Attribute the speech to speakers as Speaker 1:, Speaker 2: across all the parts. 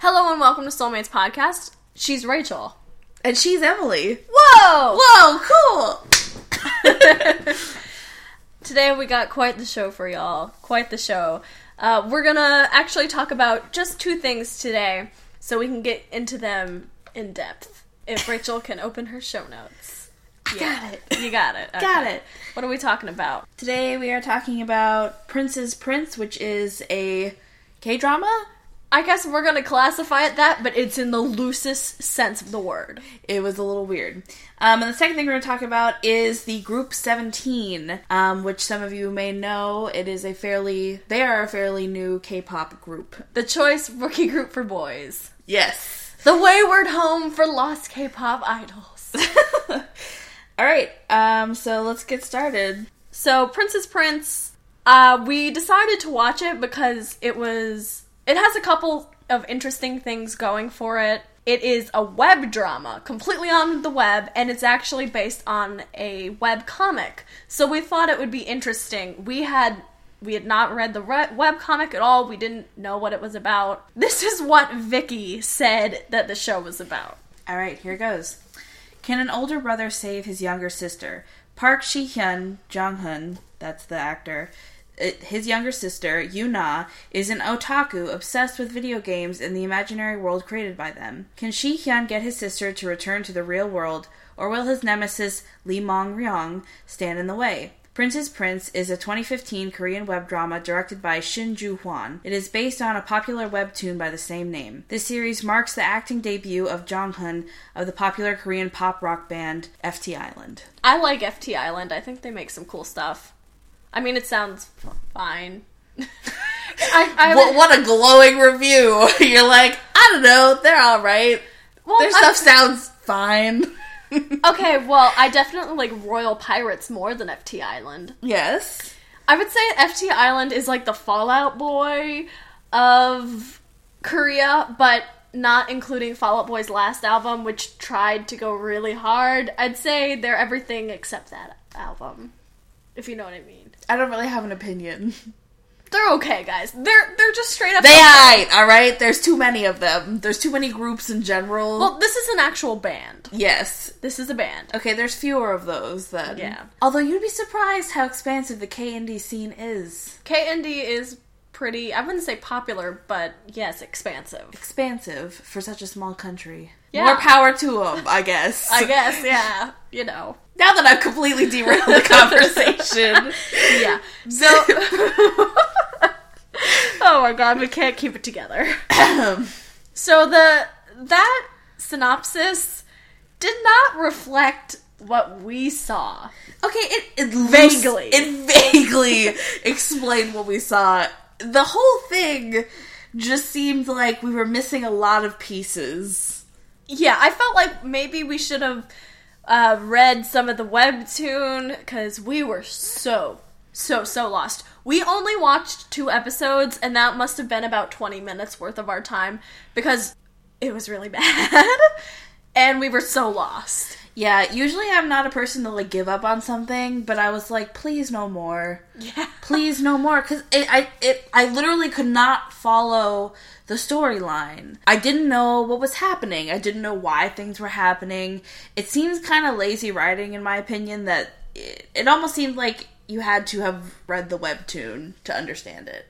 Speaker 1: welcome to Soulmates Podcast. She's Rachel.
Speaker 2: And she's Emily.
Speaker 1: Whoa!
Speaker 2: Whoa, cool.
Speaker 1: Today we got quite the show for y'all. Quite the show. Uh, we're gonna actually talk about just two things today so we can get into them in depth. If Rachel can open her show notes.
Speaker 2: Got it.
Speaker 1: You got it.
Speaker 2: Got
Speaker 1: Okay.
Speaker 2: it.
Speaker 1: What are we talking about?
Speaker 2: Today we are talking about Prince's Prince, which is a K drama.
Speaker 1: I guess we're gonna classify it that, but it's in the loosest sense of the word.
Speaker 2: It was a little weird. Um, and the second thing we're going to talk about is the Group 17, um, which some of you may know. It is a fairly, they are a fairly new K pop group.
Speaker 1: The choice rookie group for boys.
Speaker 2: Yes.
Speaker 1: The wayward home for lost K-pop idols.
Speaker 2: All right, um, so let's get started.
Speaker 1: So Princess Prince, uh, we decided to watch it because it was it has a couple of interesting things going for it. It is a web drama, completely on the web, and it's actually based on a web comic. So we thought it would be interesting. We had we had not read the re- web comic at all. We didn't know what it was about. This is what Vicky said that the show was about.
Speaker 2: All right, here goes. Can an older brother save his younger sister? Park Shi Hyun, Jong Hun, that's the actor, uh, his younger sister, Yuna, is an otaku obsessed with video games and the imaginary world created by them. Can Shi Hyun get his sister to return to the real world, or will his nemesis, Lee Mong Ryong, stand in the way? Prince's Prince is a 2015 Korean web drama directed by Shin Ju Hwan. It is based on a popular webtoon by the same name. This series marks the acting debut of Jong Hun of the popular Korean pop rock band FT Island.
Speaker 1: I like FT Island. I think they make some cool stuff. I mean, it sounds f- fine. I, I would-
Speaker 2: what a glowing review! You're like, I don't know, they're alright.
Speaker 1: well,
Speaker 2: Oh,
Speaker 1: I'm-
Speaker 2: sounds fine.
Speaker 1: okay, well, I definitely like Royal Pirates more than FT Island.
Speaker 2: yes.
Speaker 1: I would say FT Island is like the Fallout Boy of Korea, but not including Fallout Boy's last album, which tried to go really hard. I'd say they're everything except that album, if you know what I mean.
Speaker 2: I don't really have an opinion.
Speaker 1: They're okay, guys. They're they're just straight up.
Speaker 2: They
Speaker 1: okay.
Speaker 2: alright, alright? There's too many of them. There's too many groups in general.
Speaker 1: Well, this is an actual band.
Speaker 2: yes.
Speaker 1: This is a band.
Speaker 2: Okay, there's fewer of those then.
Speaker 1: Yeah.
Speaker 2: Although you'd be surprised how expansive the K indie scene is.
Speaker 1: KND is pretty, I wouldn't say popular, but yes, expansive.
Speaker 2: Expansive for such a small country.
Speaker 1: Yeah.
Speaker 2: More power to them, I guess.
Speaker 1: I guess, yeah. You know.
Speaker 2: now that I've completely derailed the conversation.
Speaker 1: Yeah. So. oh my god, we can't keep it together. So the that synopsis did not reflect what we saw.
Speaker 2: okay, it, it
Speaker 1: Vaguely.
Speaker 2: loose- it vaguely explained what we saw. The whole thing just seemed like we were missing a lot of pieces.
Speaker 1: Yeah, I felt like maybe we should have uh, read some of the webtoon because we were so, so, so lost. We only watched two episodes, and that must have been about 20 minutes worth of our time because it was really bad. and we were so lost.
Speaker 2: Yeah, usually I'm not a person to like give up on something, but I was like, please no more.
Speaker 1: Yeah.
Speaker 2: please no more because it, I it I literally could not follow the storyline. I didn't know what was happening. I didn't know why things were happening. It seems kind of lazy writing, in my opinion. That it, it almost seemed like you had to have read the webtoon to understand it.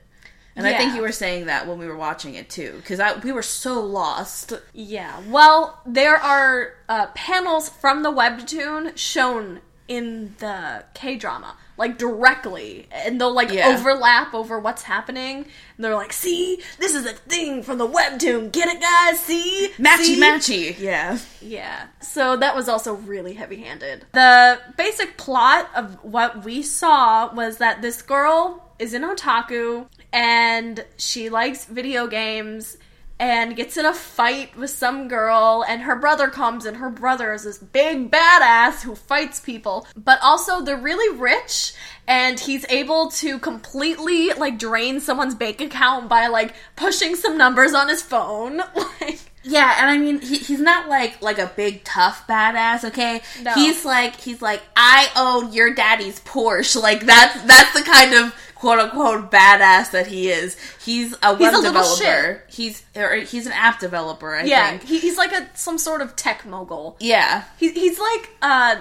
Speaker 2: And I think
Speaker 1: Yeah.
Speaker 2: you were saying that when we were watching it too, because we were so lost.
Speaker 1: Yeah. Well, there are uh, panels from the webtoon shown in the K drama, like directly, and they'll like
Speaker 2: Yeah.
Speaker 1: overlap over what's happening. And they're like, "See, this is a thing from the webtoon. Get it, guys? See,
Speaker 2: Matchy
Speaker 1: See?
Speaker 2: matchy, yeah.
Speaker 1: Yeah. So that was also really heavy handed. The basic plot of what we saw was that this girl is an otaku and she likes video games and gets in a fight with some girl and her brother comes and her brother is this big badass who fights people but also they're really rich and he's able to completely like drain someone's bank account by like pushing some numbers on his phone like
Speaker 2: Yeah, and I mean he, he's not like like a big tough badass, okay?
Speaker 1: No.
Speaker 2: He's like he's like I own your daddy's Porsche. Like that's that's the kind of quote unquote badass that he is. He's a web
Speaker 1: a little
Speaker 2: developer. He's or he's an app developer, I
Speaker 1: Yeah,
Speaker 2: think.
Speaker 1: he, he's like a some sort of tech mogul.
Speaker 2: Yeah.
Speaker 1: He, he's like uh,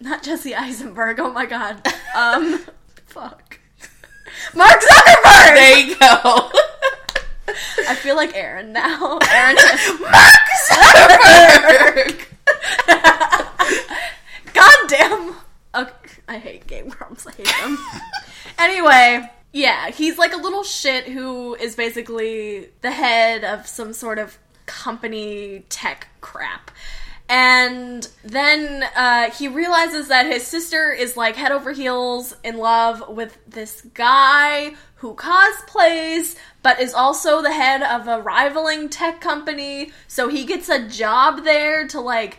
Speaker 1: not Jesse Eisenberg. Oh my god. Um, fuck. Mark Zuckerberg.
Speaker 2: There you go.
Speaker 1: I feel like Aaron now. Aaron,
Speaker 2: Mark Zuckerberg.
Speaker 1: goddamn. Okay, I hate Game Grumps. I hate them. anyway, yeah, he's like a little shit who is basically the head of some sort of company tech crap. And then uh, he realizes that his sister is like head over heels in love with this guy who cosplays, but is also the head of a rivaling tech company. So he gets a job there to like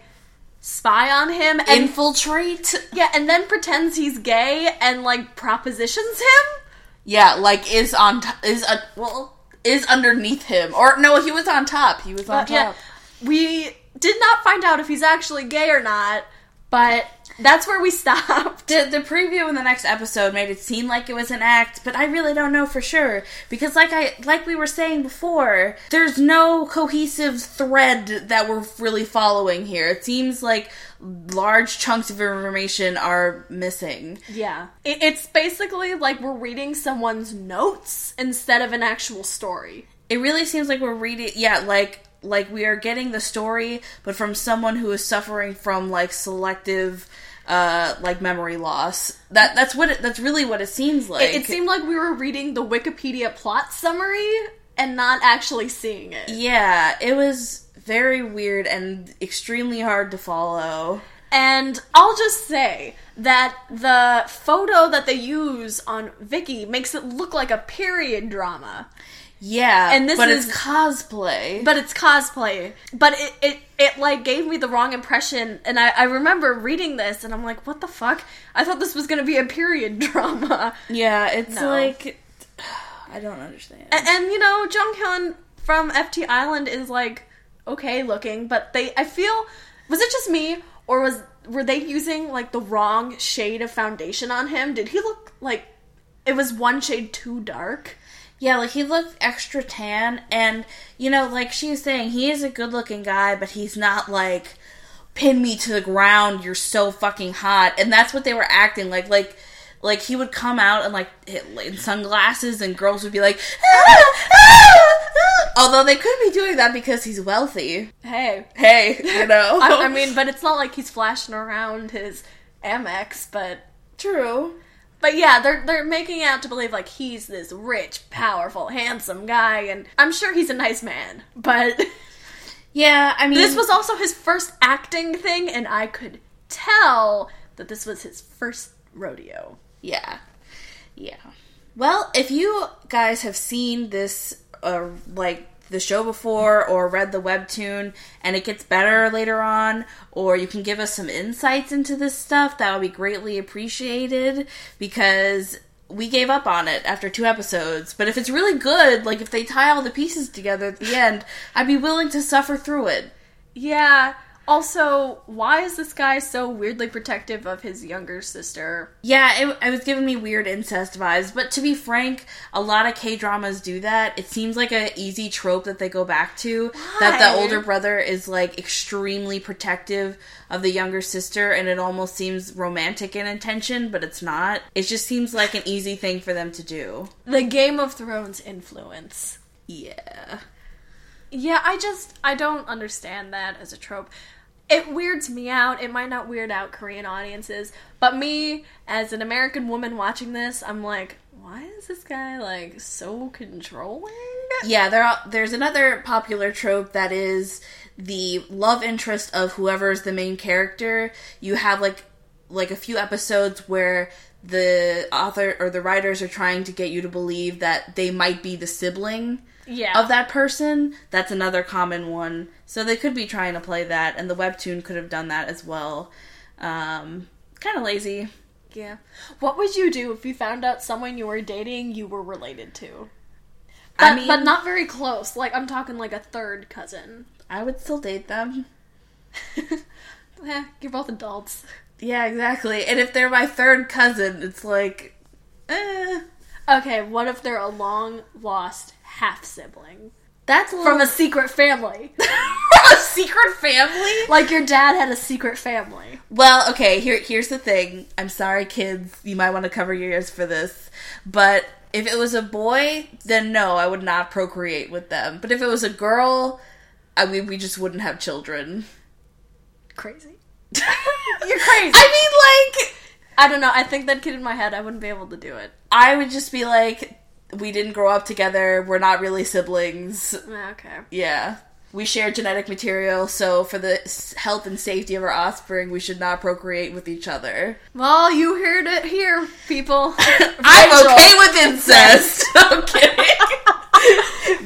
Speaker 1: spy on him and
Speaker 2: Infiltrate.
Speaker 1: yeah, and then pretends he's gay and like propositions him.
Speaker 2: Yeah, like is on t- is a well is underneath him or no? He was on top. He was on
Speaker 1: But, yeah,
Speaker 2: top.
Speaker 1: we did not find out if he's actually gay or not, but that's where we stopped.
Speaker 2: The, the preview in the next episode made it seem like it was an act, but I really don't know for sure because, like I like we were saying before, there's no cohesive thread that we're really following here. It seems like large chunks of information are missing.
Speaker 1: Yeah, it, it's basically like we're reading someone's notes instead of an actual story.
Speaker 2: It really seems like we're reading, yeah, like like we are getting the story, but from someone who is suffering from like selective, uh, like memory loss. That that's what it, that's really what it seems like.
Speaker 1: It, it seemed like we were reading the Wikipedia plot summary and not actually seeing it.
Speaker 2: Yeah, it was very weird and extremely hard to follow.
Speaker 1: And I'll just say that the photo that they use on Vicky makes it look like a period drama.
Speaker 2: Yeah,
Speaker 1: And this
Speaker 2: but
Speaker 1: is-
Speaker 2: it's cosplay.
Speaker 1: But it's cosplay. But it, it, it like gave me the wrong impression. And I, I remember reading this and I'm like, what the fuck? I thought this was gonna be a period drama.
Speaker 2: yeah, it's
Speaker 1: No.
Speaker 2: like I don't understand.
Speaker 1: And, and you know, Jung Hyun from FT Island is like okay looking, but they I feel was it just me or was were they using like the wrong shade of foundation on him? Did he look like it was one shade too dark?
Speaker 2: yeah, like he looked extra tan, and you know, like she was saying, he is a good-looking guy, but he's not like pin me to the ground. You're so fucking hot, and that's what they were acting like. Like. Like he would come out and like hit- in sunglasses, and girls would be like, "Ah, ah, ah." although they could be doing that because he's wealthy.
Speaker 1: Hey,
Speaker 2: hey, you know.
Speaker 1: I, I mean, but it's not like he's flashing around his Amex, but
Speaker 2: true.
Speaker 1: but yeah, they're they're making out to believe like he's this rich, powerful, handsome guy, and I'm sure he's a nice man, but.
Speaker 2: Yeah, I mean,
Speaker 1: This was also his first acting thing, and I could tell that this was his first rodeo.
Speaker 2: yeah, yeah. Well, if you guys have seen this, uh, like the show before, or read the webtoon, and it gets better later on, or you can give us some insights into this stuff, that would be greatly appreciated because. We gave up on it after two episodes, but if it's really good, like if they tie all the pieces together at the end, I'd be willing to suffer through it.
Speaker 1: Yeah. Also, why is this guy so weirdly protective of his younger sister?
Speaker 2: Yeah, it, it was giving me weird incest vibes. But to be frank, a lot of K dramas do that. It seems like an easy trope that they go back to.
Speaker 1: Why?
Speaker 2: That the older brother is like extremely protective of the younger sister, and it almost seems romantic in intention, but it's not. It just seems like an easy thing for them to do.
Speaker 1: The Game of Thrones influence.
Speaker 2: Yeah.
Speaker 1: Yeah, I just I don't understand that as a trope. It weirds me out. It might not weird out Korean audiences, but me as an American woman watching this, I'm like, why is this guy like so controlling?
Speaker 2: Yeah, there are, there's another popular trope that is the love interest of whoever's the main character. You have like like a few episodes where the author or the writers are trying to get you to believe that they might be the sibling
Speaker 1: Yeah.
Speaker 2: of that person. That's another common one. So they could be trying to play that and the webtoon could have done that as well. Um kind of lazy.
Speaker 1: Yeah. What would you do if you found out someone you were dating you were related to? But,
Speaker 2: I mean,
Speaker 1: but not very close. Like I'm talking like a third cousin.
Speaker 2: I would still date them.
Speaker 1: Eh, you're both adults.
Speaker 2: Yeah, exactly. And if they're my third cousin, it's like, eh,
Speaker 1: Okay, what if they're a long lost half sibling
Speaker 2: that's a little
Speaker 1: from a secret family?
Speaker 2: a secret family.
Speaker 1: like your dad had a secret family.
Speaker 2: Well, okay, here here's the thing. I'm sorry kids, you might want to cover your ears for this. But if it was a boy, then no, I would not procreate with them. But if it was a girl, I mean we just wouldn't have children.
Speaker 1: Crazy.
Speaker 2: You're
Speaker 1: crazy.
Speaker 2: I mean like
Speaker 1: I don't know. I think that kid in my head, I wouldn't be able to do it.
Speaker 2: I would just be like we didn't grow up together. We're not really siblings.
Speaker 1: Eh, Okay.
Speaker 2: Yeah. We share genetic material, so for the s- health and safety of our offspring, we should not procreate with each other.
Speaker 1: Well, you heard it here, people.
Speaker 2: I'm
Speaker 1: Rachel.
Speaker 2: okay with incest. I'm kidding.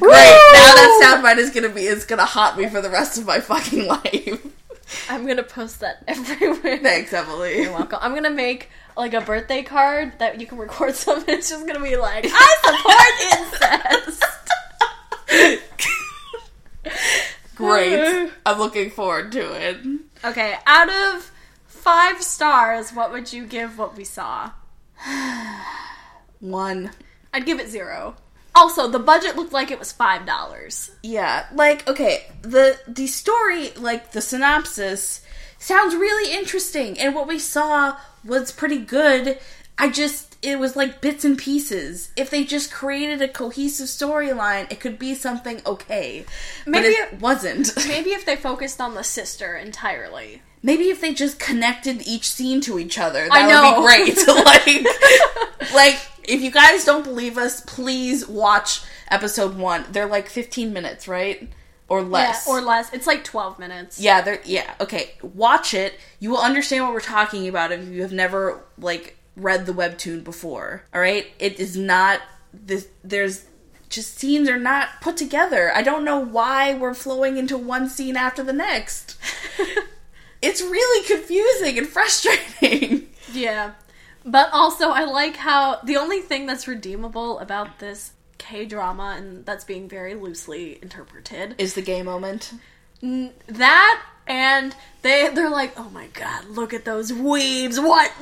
Speaker 2: Great.
Speaker 1: Woo!
Speaker 2: Now that soundbite is gonna be is gonna haunt me for the rest of my fucking life.
Speaker 1: I'm gonna post that everywhere.
Speaker 2: Thanks, Emily.
Speaker 1: You're welcome. I'm gonna make like a birthday card that you can record something. It's just gonna be like, I support incest.
Speaker 2: Great. I'm looking forward to it.
Speaker 1: Okay, out of five stars, what would you give what we saw?
Speaker 2: One.
Speaker 1: I'd give it zero. Also, the budget looked like it was five dollars.
Speaker 2: Yeah, like okay, the the story, like the synopsis, sounds really interesting, and what we saw was pretty good. I just it was like bits and pieces. If they just created a cohesive storyline, it could be something okay.
Speaker 1: Maybe
Speaker 2: Maybe it, wasn't.
Speaker 1: Maybe if they focused on the sister entirely.
Speaker 2: Maybe if they just connected each scene to each other, that
Speaker 1: I know.
Speaker 2: would be great. like, like if you guys don't believe us, please watch episode one. They're like fifteen minutes, right? Or less.
Speaker 1: Yeah, or less. It's like twelve minutes.
Speaker 2: Yeah, they're yeah, okay. Watch it. You will understand what we're talking about if you have never like read the webtoon before. All right? It is not this there's just scenes are not put together. I don't know why we're flowing into one scene after the next. it's really confusing and frustrating.
Speaker 1: Yeah. But also, I like how the only thing that's redeemable about this K drama, and that's being very loosely interpreted,
Speaker 2: Is the gay moment.
Speaker 1: n- that and they they're like, oh my god, look at those weaves, what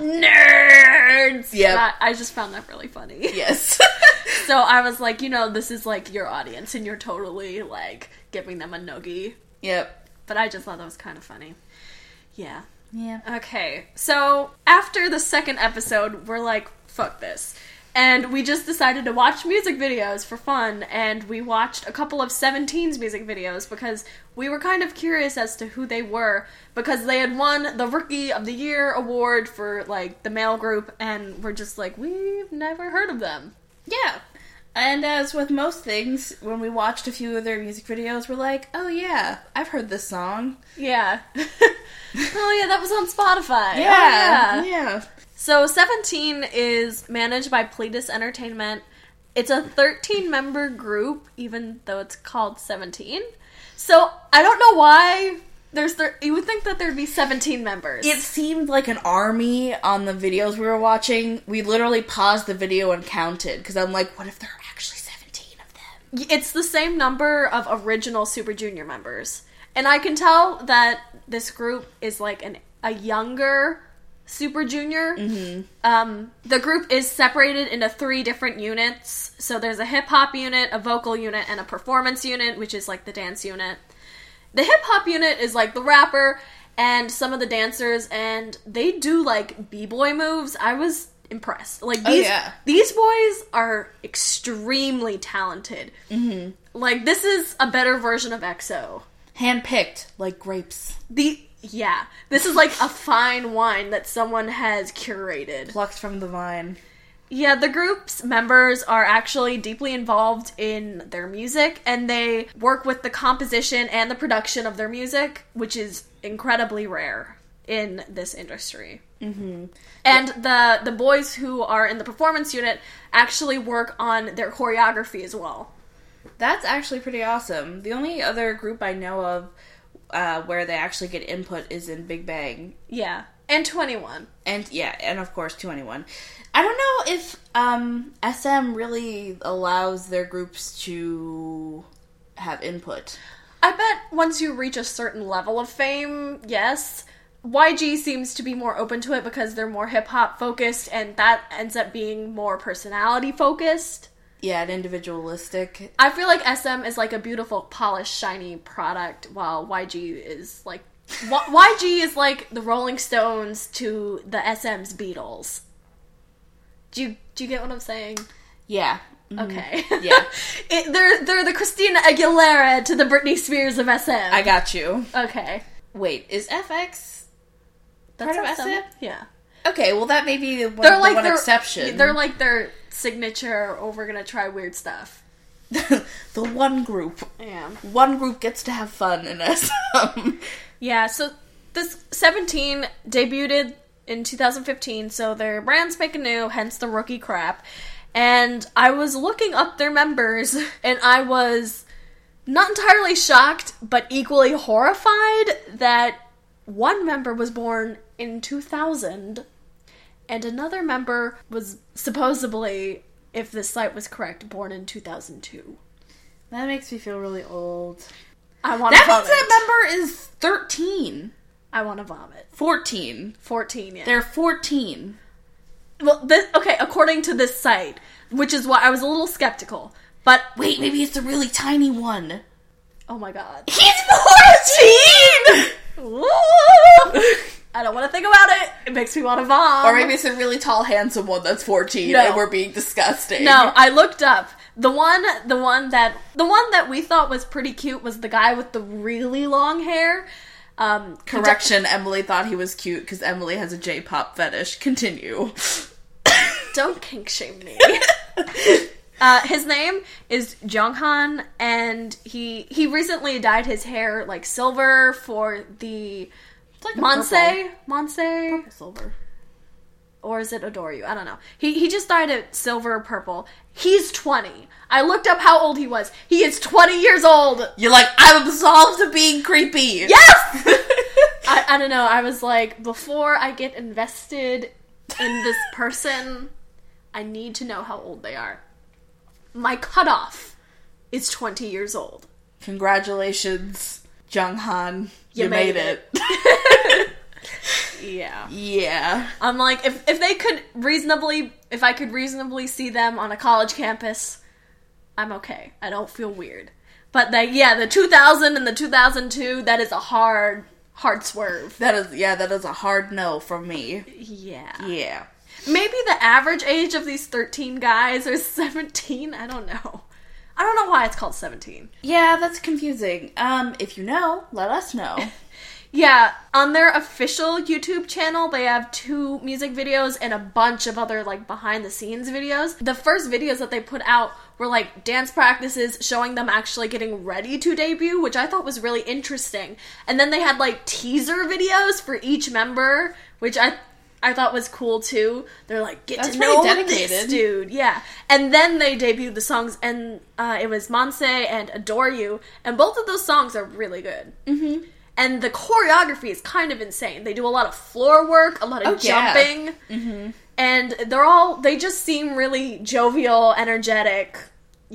Speaker 1: nerds!
Speaker 2: Yep.
Speaker 1: And I, I just found that really funny.
Speaker 2: Yes.
Speaker 1: So I was like, you know, this is like your audience, and you're totally like giving them a noogie.
Speaker 2: yep.
Speaker 1: But I just thought that was kind of funny. Yeah.
Speaker 2: Yeah. Uh,
Speaker 1: Okay, so after the second episode, we're like, fuck this. And we just decided to watch music videos for fun, and we watched a couple of 17's music videos because we were kind of curious as to who they were because they had won the Rookie of the Year award for like the male group, and we're just like, we've never heard of them.
Speaker 2: Yeah. And as with most things, when we watched a few of their music videos, we're like, oh yeah, I've heard this song.
Speaker 1: Yeah. oh, yeah, that was on Spotify. Oh,
Speaker 2: Yeah. yeah.
Speaker 1: So 17 is managed by Pletus Entertainment. It's a 13 member group, even though it's called 17. So I don't know why there's there. You would think that there'd be 17 members.
Speaker 2: It seemed like an army on the videos we were watching. We literally paused the video and counted because I'm like, what if there are actually 17 of them?
Speaker 1: it's the same number of original Super Junior members, and I can tell that this group is like an a younger Super Junior. Mm-hmm. Um, the group is separated into three different units. So there's a hip hop unit, a vocal unit, and a performance unit, which is like the dance unit. The hip hop unit is like the rapper and some of the dancers, and they do like b boy moves. I was impressed. Like these
Speaker 2: yeah.
Speaker 1: these boys are extremely talented. Mm-hmm. Like this is a better version of EXO.
Speaker 2: Handpicked, like grapes,
Speaker 1: The yeah, this is like a fine wine that someone has curated.
Speaker 2: plucked from the vine.
Speaker 1: Yeah, the group's members are actually deeply involved in their music and they work with the composition and the production of their music, which is incredibly rare in this industry. Mm-hmm. And the the boys who are in the performance unit actually work on their choreography as well.
Speaker 2: That's actually pretty awesome. The only other group I know of uh, where they actually get input is in Big Bang.
Speaker 1: Yeah, and 21.
Speaker 2: And yeah, and of course, to anyone. I don't know if um, SM really allows their groups to have input.
Speaker 1: I bet once you reach a certain level of fame, yes. YG seems to be more open to it because they're more hip hop focused and that ends up being more personality focused.
Speaker 2: Yeah, and individualistic.
Speaker 1: I feel like SM is like a beautiful, polished, shiny product while YG is like Y- YG is like the Rolling Stones to the SM's Beatles. Do you do you get what I'm saying?
Speaker 2: Yeah.
Speaker 1: Okay.
Speaker 2: Mm-hmm. Yeah.
Speaker 1: it, they're they're the Christina Aguilera to the Britney Spears of SM.
Speaker 2: I got you.
Speaker 1: okay.
Speaker 2: Wait, is FX
Speaker 1: That's
Speaker 2: Part of
Speaker 1: SM?
Speaker 2: SM?
Speaker 1: Yeah.
Speaker 2: Okay, well that may be the one,
Speaker 1: They're
Speaker 2: the
Speaker 1: like
Speaker 2: one
Speaker 1: their
Speaker 2: exception.
Speaker 1: They're like their signature. Oh, we're gonna try weird stuff.
Speaker 2: the one group.
Speaker 1: Yeah.
Speaker 2: One group gets to have fun in SM.
Speaker 1: Yeah. So this 17 debuted in 2015, so their brand spanking new, hence the rookie crap. And I was looking up their members, and I was not entirely shocked, but equally horrified that one member was born in 2000 and another member was supposedly, if this site was correct, born in 2002.
Speaker 2: that makes me feel really old.
Speaker 1: I want to
Speaker 2: That
Speaker 1: vomit.
Speaker 2: means that member is 13.
Speaker 1: I want to vomit.
Speaker 2: 14.
Speaker 1: 14, yeah.
Speaker 2: They're 14.
Speaker 1: well, this, okay, according to this site, which is why I was a little skeptical. But
Speaker 2: Wait, maybe it's the really tiny one.
Speaker 1: oh my god,
Speaker 2: He's 14!
Speaker 1: Ooh! I don't want to think about it. It makes me want to vom.
Speaker 2: or maybe it's a really tall, handsome one that's 14
Speaker 1: No.
Speaker 2: and we're being disgusting.
Speaker 1: no, I looked up the one, the one that the one that we thought was pretty cute was the guy with the really long hair. Um,
Speaker 2: Correction, Emily thought he was cute because Emily has a J pop fetish. Continue.
Speaker 1: Don't kink shame me. Uh, his name is Jonghan, and he he recently dyed his hair like silver for the
Speaker 2: like a
Speaker 1: Monse Monse
Speaker 2: Silver.
Speaker 1: or is it adore you? I don't know. He he just dyed it silver or purple. He's twenty. I looked up how old he was. He is twenty years old.
Speaker 2: You're like, I'm absolved of being creepy.
Speaker 1: Yes. I, I don't know. I was like, before I get invested in this person, I need to know how old they are. My cutoff is twenty years old.
Speaker 2: Congratulations, Jung Han. You,
Speaker 1: made
Speaker 2: made, it.
Speaker 1: Yeah.
Speaker 2: yeah.
Speaker 1: I'm like, if if they could reasonably, if I could reasonably see them on a college campus, I'm okay. I don't feel weird. But the yeah, the 2000 and the 2002, that is a hard hard swerve.
Speaker 2: That is yeah, that is a hard no from me.
Speaker 1: Yeah.
Speaker 2: Yeah.
Speaker 1: Maybe the average age of these 13 guys is 17. I don't know. I don't know why it's called 17.
Speaker 2: Yeah, that's confusing. Um, if you know, let us know.
Speaker 1: Yeah, on their official YouTube channel, they have two music videos and a bunch of other like behind the scenes videos. The first videos that they put out were like dance practices showing them actually getting ready to debut, which I thought was really interesting. And then they had like teaser videos for each member, which I I thought was cool too. They're like get
Speaker 2: That's
Speaker 1: to
Speaker 2: pretty
Speaker 1: know this
Speaker 2: dedicated.
Speaker 1: dude, yeah. And then they debuted the songs, and uh, it was Monse and Adore You, and both of those songs are really good. And the choreography is kind of insane. They do a lot of floor work, a lot of
Speaker 2: Oh, yeah.
Speaker 1: jumping. And they're all, they just seem really jovial, energetic,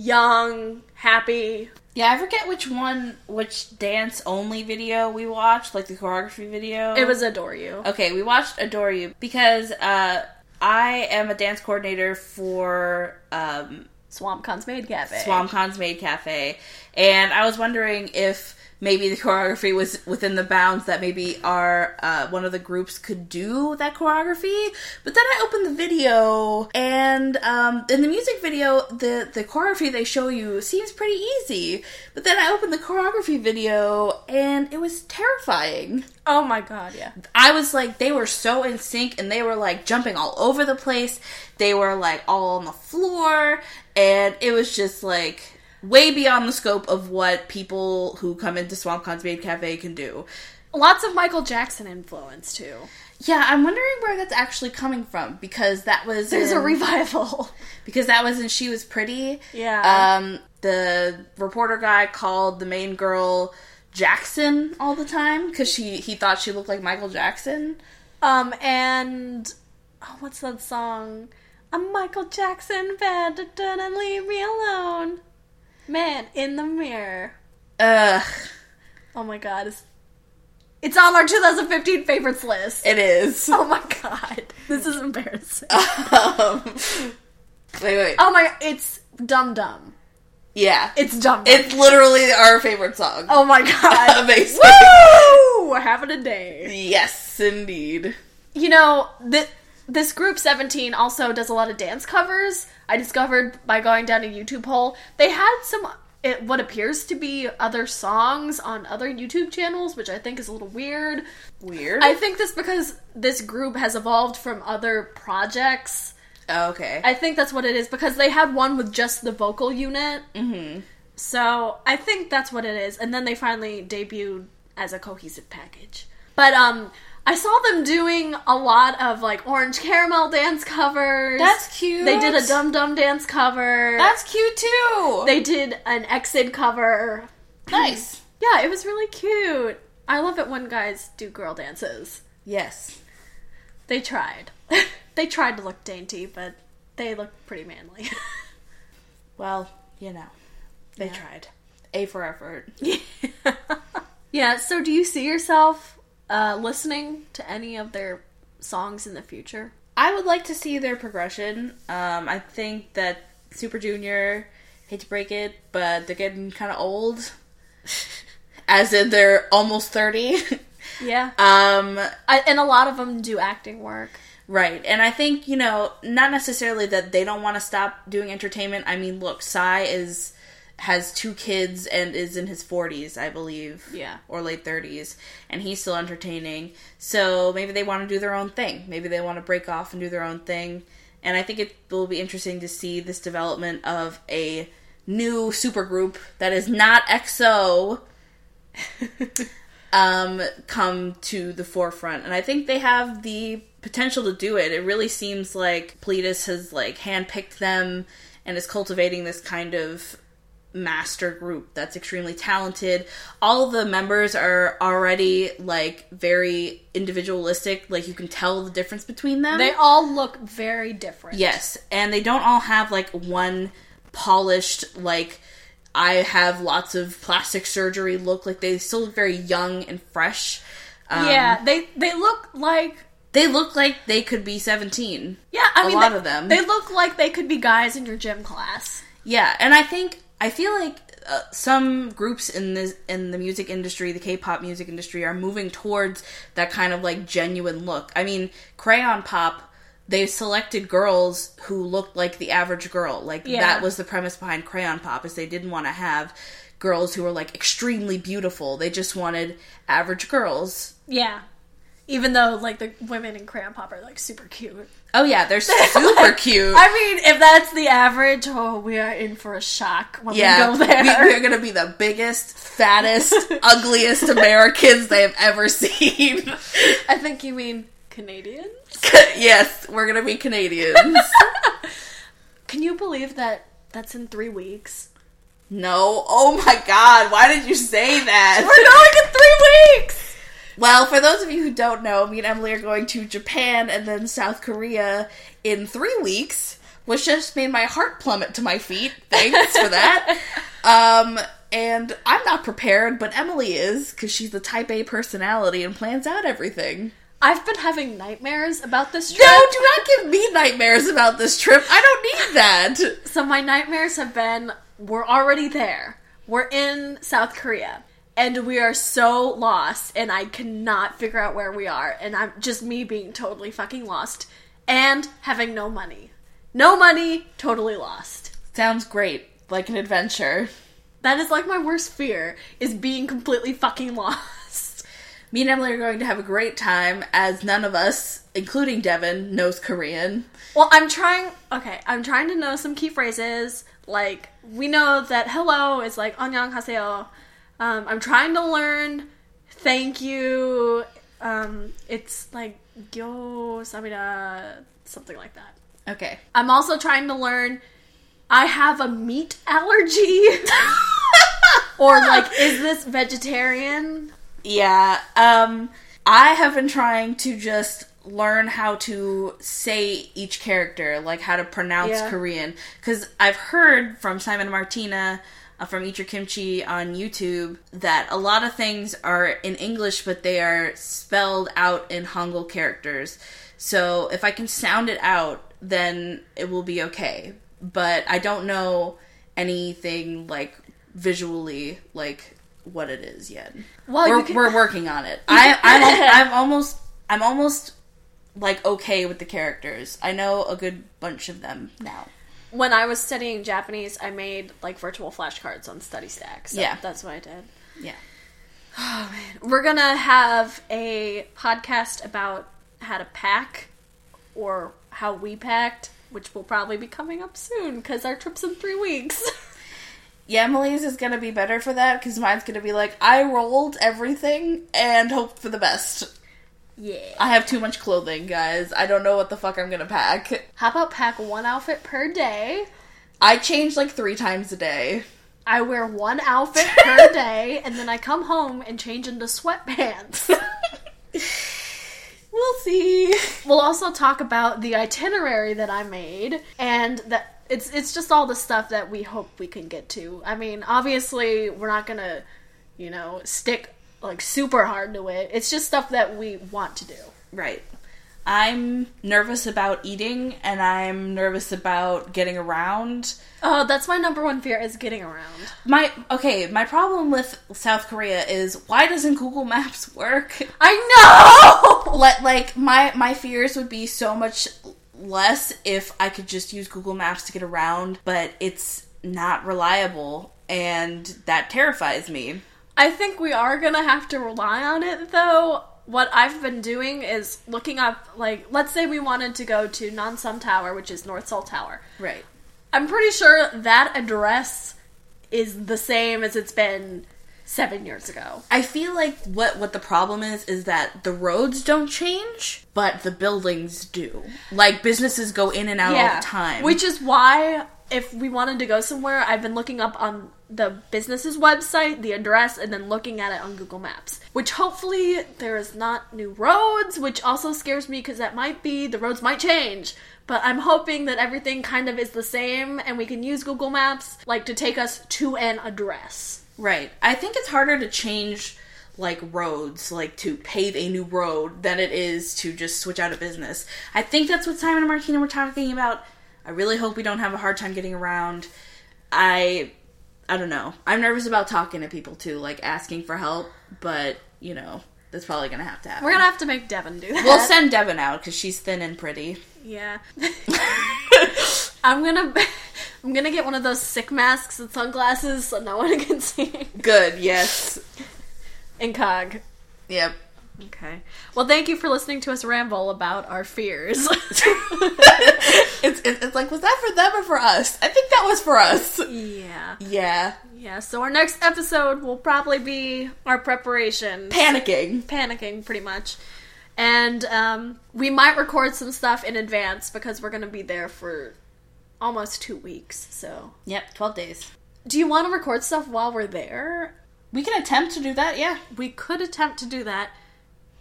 Speaker 1: young, happy.
Speaker 2: yeah, I forget which one which dance only video we watched, like the choreography video.
Speaker 1: It was Adore You.
Speaker 2: Okay, we watched Adore You because uh I am a dance coordinator for um
Speaker 1: Swamp Con's Maid Cafe.
Speaker 2: SwamCon's Maid Cafe, and I was wondering if maybe the choreography was within the bounds that maybe our uh, one of the groups could do that choreography. But then I opened the video, and um, in the music video, the the choreography they show you seems pretty easy. But then I opened the choreography video, and it was terrifying.
Speaker 1: Oh my god, yeah.
Speaker 2: I was like, they were so in sync and they were like jumping all over the place. They were like all on the floor. And it was just like way beyond the scope of what people who come into Swamp Con's Maid Cafe can do.
Speaker 1: Lots of Michael Jackson influence too.
Speaker 2: Yeah, I'm wondering where that's actually coming from because that was
Speaker 1: There's
Speaker 2: in-
Speaker 1: a revival.
Speaker 2: because that was in She Was Pretty.
Speaker 1: Yeah.
Speaker 2: Um, the reporter guy called the main girl Jackson all the time because she he thought she looked like Michael Jackson.
Speaker 1: Um, and oh, what's that song? I'm Michael Jackson, bad da, da, da, leave me alone. Man in the mirror.
Speaker 2: Ugh,
Speaker 1: Oh my god. It's, it's on our 2015 favorites list.
Speaker 2: it is.
Speaker 1: oh my god. This is embarrassing.
Speaker 2: um, wait, wait.
Speaker 1: oh my it's Dum Dum.
Speaker 2: Yeah,
Speaker 1: It's Dum Dum.
Speaker 2: it's literally our favorite song.
Speaker 1: Oh my god.
Speaker 2: Amazing.
Speaker 1: Woo! We're having a day.
Speaker 2: Yes, indeed.
Speaker 1: You know, th- this group 17 also does a lot of dance covers. I discovered by going down a YouTube hole. They had some it, what appears to be other songs on other YouTube channels, which I think is a little weird.
Speaker 2: Weird.
Speaker 1: I think that's because this group has evolved from other projects.
Speaker 2: oh, okay.
Speaker 1: I think that's what it is because they had one with just the vocal unit. Mm-hmm. So I think that's what it is. And then they finally debuted as a cohesive package. But um, I saw them doing a lot of like orange caramel dance covers.
Speaker 2: That's cute.
Speaker 1: They did a dum dum dance cover.
Speaker 2: That's cute too.
Speaker 1: they did an exit cover.
Speaker 2: nice.
Speaker 1: Yeah, it was really cute. I love it when guys do girl dances.
Speaker 2: Yes.
Speaker 1: They tried. they tried to look dainty, but they look pretty manly.
Speaker 2: Well, you know, they
Speaker 1: Yeah.
Speaker 2: tried. A for effort.
Speaker 1: yeah, so do you see yourself uh, listening to any of their songs in the future?
Speaker 2: I would like to see their progression. Um, I think that Super Junior, hate to break it, but they're getting kind of old. As in, they're almost 30.
Speaker 1: Yeah.
Speaker 2: um,
Speaker 1: I, and a lot of them do acting work.
Speaker 2: right. And I think, you know, not necessarily that they don't want to stop doing entertainment. I mean, look, Psy is has two kids and is in his 40s, I believe.
Speaker 1: Yeah.
Speaker 2: or late 30s and he's still entertaining so maybe they want to do their own thing maybe they want to break off and do their own thing and i think it will be interesting to see this development of a new supergroup that is not exo um, come to the forefront and i think they have the potential to do it it really seems like Pletus has like handpicked them and is cultivating this kind of master group that's extremely talented. All the members are already like very individualistic, like you can tell the difference between them.
Speaker 1: They all look very different.
Speaker 2: yes, and they don't all have like one polished like I have lots of plastic surgery look like they still look very young and fresh. Um,
Speaker 1: yeah, they they look like
Speaker 2: They look like they could be 17.
Speaker 1: yeah, I mean
Speaker 2: lot
Speaker 1: they,
Speaker 2: of them.
Speaker 1: They look like they could be guys in your gym class.
Speaker 2: Yeah, and I think I feel like uh, some groups in this in the music industry, the K-pop music industry, are moving towards that kind of like genuine look. I mean, Crayon Pop, they selected girls who looked like the average girl. Like
Speaker 1: Yeah.
Speaker 2: that was the premise behind Crayon Pop is they didn't want to have girls who were like extremely beautiful. They just wanted average girls.
Speaker 1: Yeah. Even though like the women in crayon pop are like super cute.
Speaker 2: Oh yeah, they're super cute.
Speaker 1: I mean, if that's the average, oh, we are in for a shock when
Speaker 2: Yeah,
Speaker 1: we go there.
Speaker 2: we, are gonna be the biggest, fattest, ugliest Americans they have ever seen.
Speaker 1: I think you mean Canadians.
Speaker 2: yes, we're gonna be Canadians.
Speaker 1: Can you believe that that's in three weeks?
Speaker 2: no, oh my God, why did you say that?
Speaker 1: We're going in three weeks.
Speaker 2: Well, for those of you who don't know, me and Emily are going to Japan and then South Korea in three weeks, which just made my heart plummet to my feet. Thanks for that. Um, and I'm not prepared, but Emily is because she's the Type A personality and plans out everything.
Speaker 1: I've been having nightmares about this trip.
Speaker 2: No, do not give me nightmares about this trip. I don't need that.
Speaker 1: So my nightmares have been: we're already there. We're in South Korea, and we are so lost, and I cannot figure out where we are, and I'm just me being totally fucking lost, and having no money, no money, totally lost.
Speaker 2: Sounds great. Like an adventure.
Speaker 1: That is like my worst fear is being completely fucking lost.
Speaker 2: Me and Emily are going to have a great time as none of us, including Devin, knows Korean.
Speaker 1: Well, I'm trying. Okay, I'm trying to know some key phrases. Like we know that hello is like 안녕 하세요. Um, I'm trying to learn thank you. Um, it's like gyo samida something like that.
Speaker 2: Okay.
Speaker 1: I'm also trying to learn. I have a meat allergy, or like, is this vegetarian?
Speaker 2: Yeah. Um I have been trying to just learn how to say each character, like how to pronounce
Speaker 1: Yeah.
Speaker 2: Korean. Because I've heard from Simon and Martina, uh, from Eat Your Kimchi on YouTube, that a lot of things are in English, but they are spelled out in Hangul characters. So if I can sound it out, then it will be okay. But I don't know anything like visually, like what it is yet
Speaker 1: Well,
Speaker 2: we're,
Speaker 1: Oh, you can,
Speaker 2: we're working on it. I, I'm, al- I'm almost, I'm almost like okay with the characters. I know a good bunch of them now.
Speaker 1: when I was studying Japanese, I made like virtual flashcards on Study Stack. So
Speaker 2: Yeah.
Speaker 1: that's what I did.
Speaker 2: Yeah,
Speaker 1: We're gonna have a podcast about how to pack or how we packed, which will probably be coming up soon because our trip's in three weeks.
Speaker 2: yeah. Emily's is gonna be better for that because mine's gonna be like I rolled everything and hoped for the best.
Speaker 1: yeah.
Speaker 2: I have too much clothing, guys. I don't know what the fuck I'm gonna pack.
Speaker 1: How about pack one outfit per day?
Speaker 2: I change like three times a day.
Speaker 1: I wear one outfit per day, and then I come home and change into sweatpants.
Speaker 2: We'll see.
Speaker 1: We'll also talk about the itinerary that I made and that it's it's just all the stuff that we hope we can get to. I mean, obviously we're not going to, you know, stick like super hard to it. It's just stuff that we want to do.
Speaker 2: Right. I'm nervous about eating and I'm nervous about getting around.
Speaker 1: Oh, that's my number one fear is getting around.
Speaker 2: My okay, my problem with South Korea is why doesn't Google Maps work?
Speaker 1: I know.
Speaker 2: Let like my my fears would be so much less if I could just use Google Maps to get around, but it's not reliable and that terrifies me.
Speaker 1: I think we are going to have to rely on it though. What I've been doing is looking up like let's say we wanted to go to Nonsum Tower, which is North Seoul Tower.
Speaker 2: Right.
Speaker 1: I'm pretty sure that address is the same as it's been seven years ago.
Speaker 2: I feel like what what the problem is is that the roads don't change, but the buildings do. Like businesses go in and out all the time.
Speaker 1: Which is why, if we wanted to go somewhere, I've been looking up on the business's website the address and then looking at it on Google Maps. Which hopefully there is not new roads, which also scares me because that might be the roads might change. But I'm hoping that everything kind of is the same and we can use Google Maps like to take us to an address.
Speaker 2: Right. I think it's harder to change like roads, like to pave a new road than it is to just switch out a business. I think that's what Simon and Martina were talking about. I really hope we don't have a hard time getting around. I I don't know. I'm nervous about talking to people too, like asking for help, but you know, that's probably going to have to happen.
Speaker 1: We're gonna have to make Devin do that.
Speaker 2: we'll send Devin out cuz she's thin and pretty.
Speaker 1: Yeah. I'm gonna I'm gonna get one of those sick masks and sunglasses so no one can see.
Speaker 2: Good. Yes.
Speaker 1: Incog.
Speaker 2: Yep.
Speaker 1: Okay. Well thank you for listening to us ramble about our fears.
Speaker 2: it's, it's it's like was that for them or for us? I think that was for us.
Speaker 1: yeah.
Speaker 2: Yeah.
Speaker 1: Yeah, so our next episode will probably be our preparation.
Speaker 2: Panicking.
Speaker 1: panicking pretty much. And um, we might record some stuff in advance because we're gonna be there for almost two weeks, so
Speaker 2: Yep, 12 days.
Speaker 1: do you wanna record stuff while we're there?
Speaker 2: We can attempt to do that, yeah.
Speaker 1: We could attempt to do that.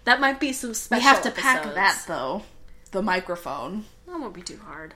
Speaker 1: That might be some
Speaker 2: We
Speaker 1: special.
Speaker 2: have to pack
Speaker 1: episodes.
Speaker 2: that, though. The microphone.
Speaker 1: That won't be too hard.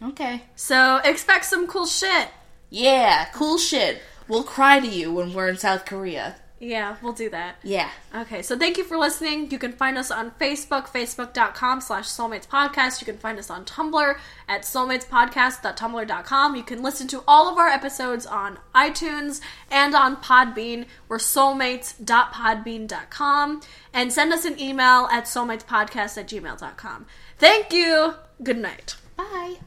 Speaker 2: Okay.
Speaker 1: So expect some cool shit.
Speaker 2: Yeah, cool shit. We'll cry to you when we're in South Korea.
Speaker 1: Yeah, we'll do that.
Speaker 2: Yeah.
Speaker 1: Okay, so thank you for listening. You can find us on Facebook, facebook.com slash soulmates podcast. You can find us on Tumblr at soulmatespodcast.tumblr.com. You can listen to all of our episodes on iTunes and on Podbean. We're soulmates.podbean.com. And send us an email at soulmatespodcast at gmail.com. Thank you. Good night.
Speaker 2: Bye.